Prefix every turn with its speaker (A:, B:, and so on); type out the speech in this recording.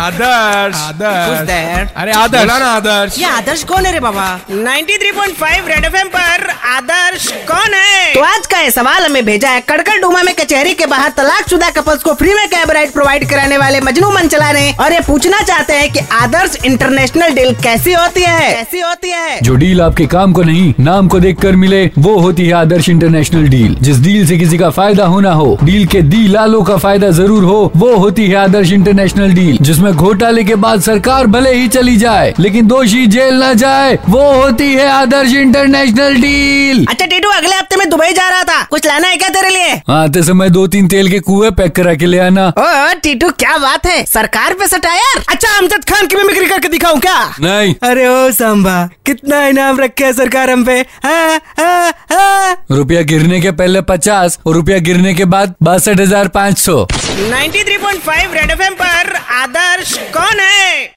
A: Adarsh Adarsh
B: Who's there?
A: अरे आदर्श बोला ना आदर्श
B: ये आदर्श कौन है रे बाबा
C: 93.5 रेड एफएम पर आदर्श कौन है
B: तो आज का ये सवाल हमें भेजा है कड़कड़ डूमा में कचहरी के बाहर तलाक शुदा कपल्स को फ्री में कैब राइड प्रोवाइड कराने वाले मजनू मन चला रहे हैं और ये पूछना चाहते हैं कि आदर्श इंटरनेशनल डील कैसी होती है कैसी होती है
D: जो डील आपके काम को नहीं नाम को देखकर मिले वो होती है आदर्श इंटरनेशनल डील जिस डील से किसी का फायदा होना हो डील के दी लालों का फायदा जरूर हो वो होती है आदर्श इंटरनेशनल डील जिसमें घोटाले के बाद सरकार भले ही चली जाए लेकिन दोषी जेल ना जाए वो होती है आदर्श इंटरनेशनल डील
B: अच्छा टीटू अगले हफ्ते में दुबई जा रहा था कुछ लाना है क्या तेरे लिए
D: आते समय दो तीन तेल के कुएं पैक करा के ले आना
B: ओ टीटू क्या बात है सरकार पे सटायर
C: अच्छा अमजद खान की मिमिक्री करके दिखाऊं क्या
D: नहीं
C: अरे ओ सांबा कितना इनाम रखे है सरकार हम पे हाँ, हाँ, हाँ।
D: रुपया गिरने के पहले पचास और रुपया गिरने के बाद बासठ हजार पाँच सौ
C: 93.5 रेड एफएम पर आदर्श कौन है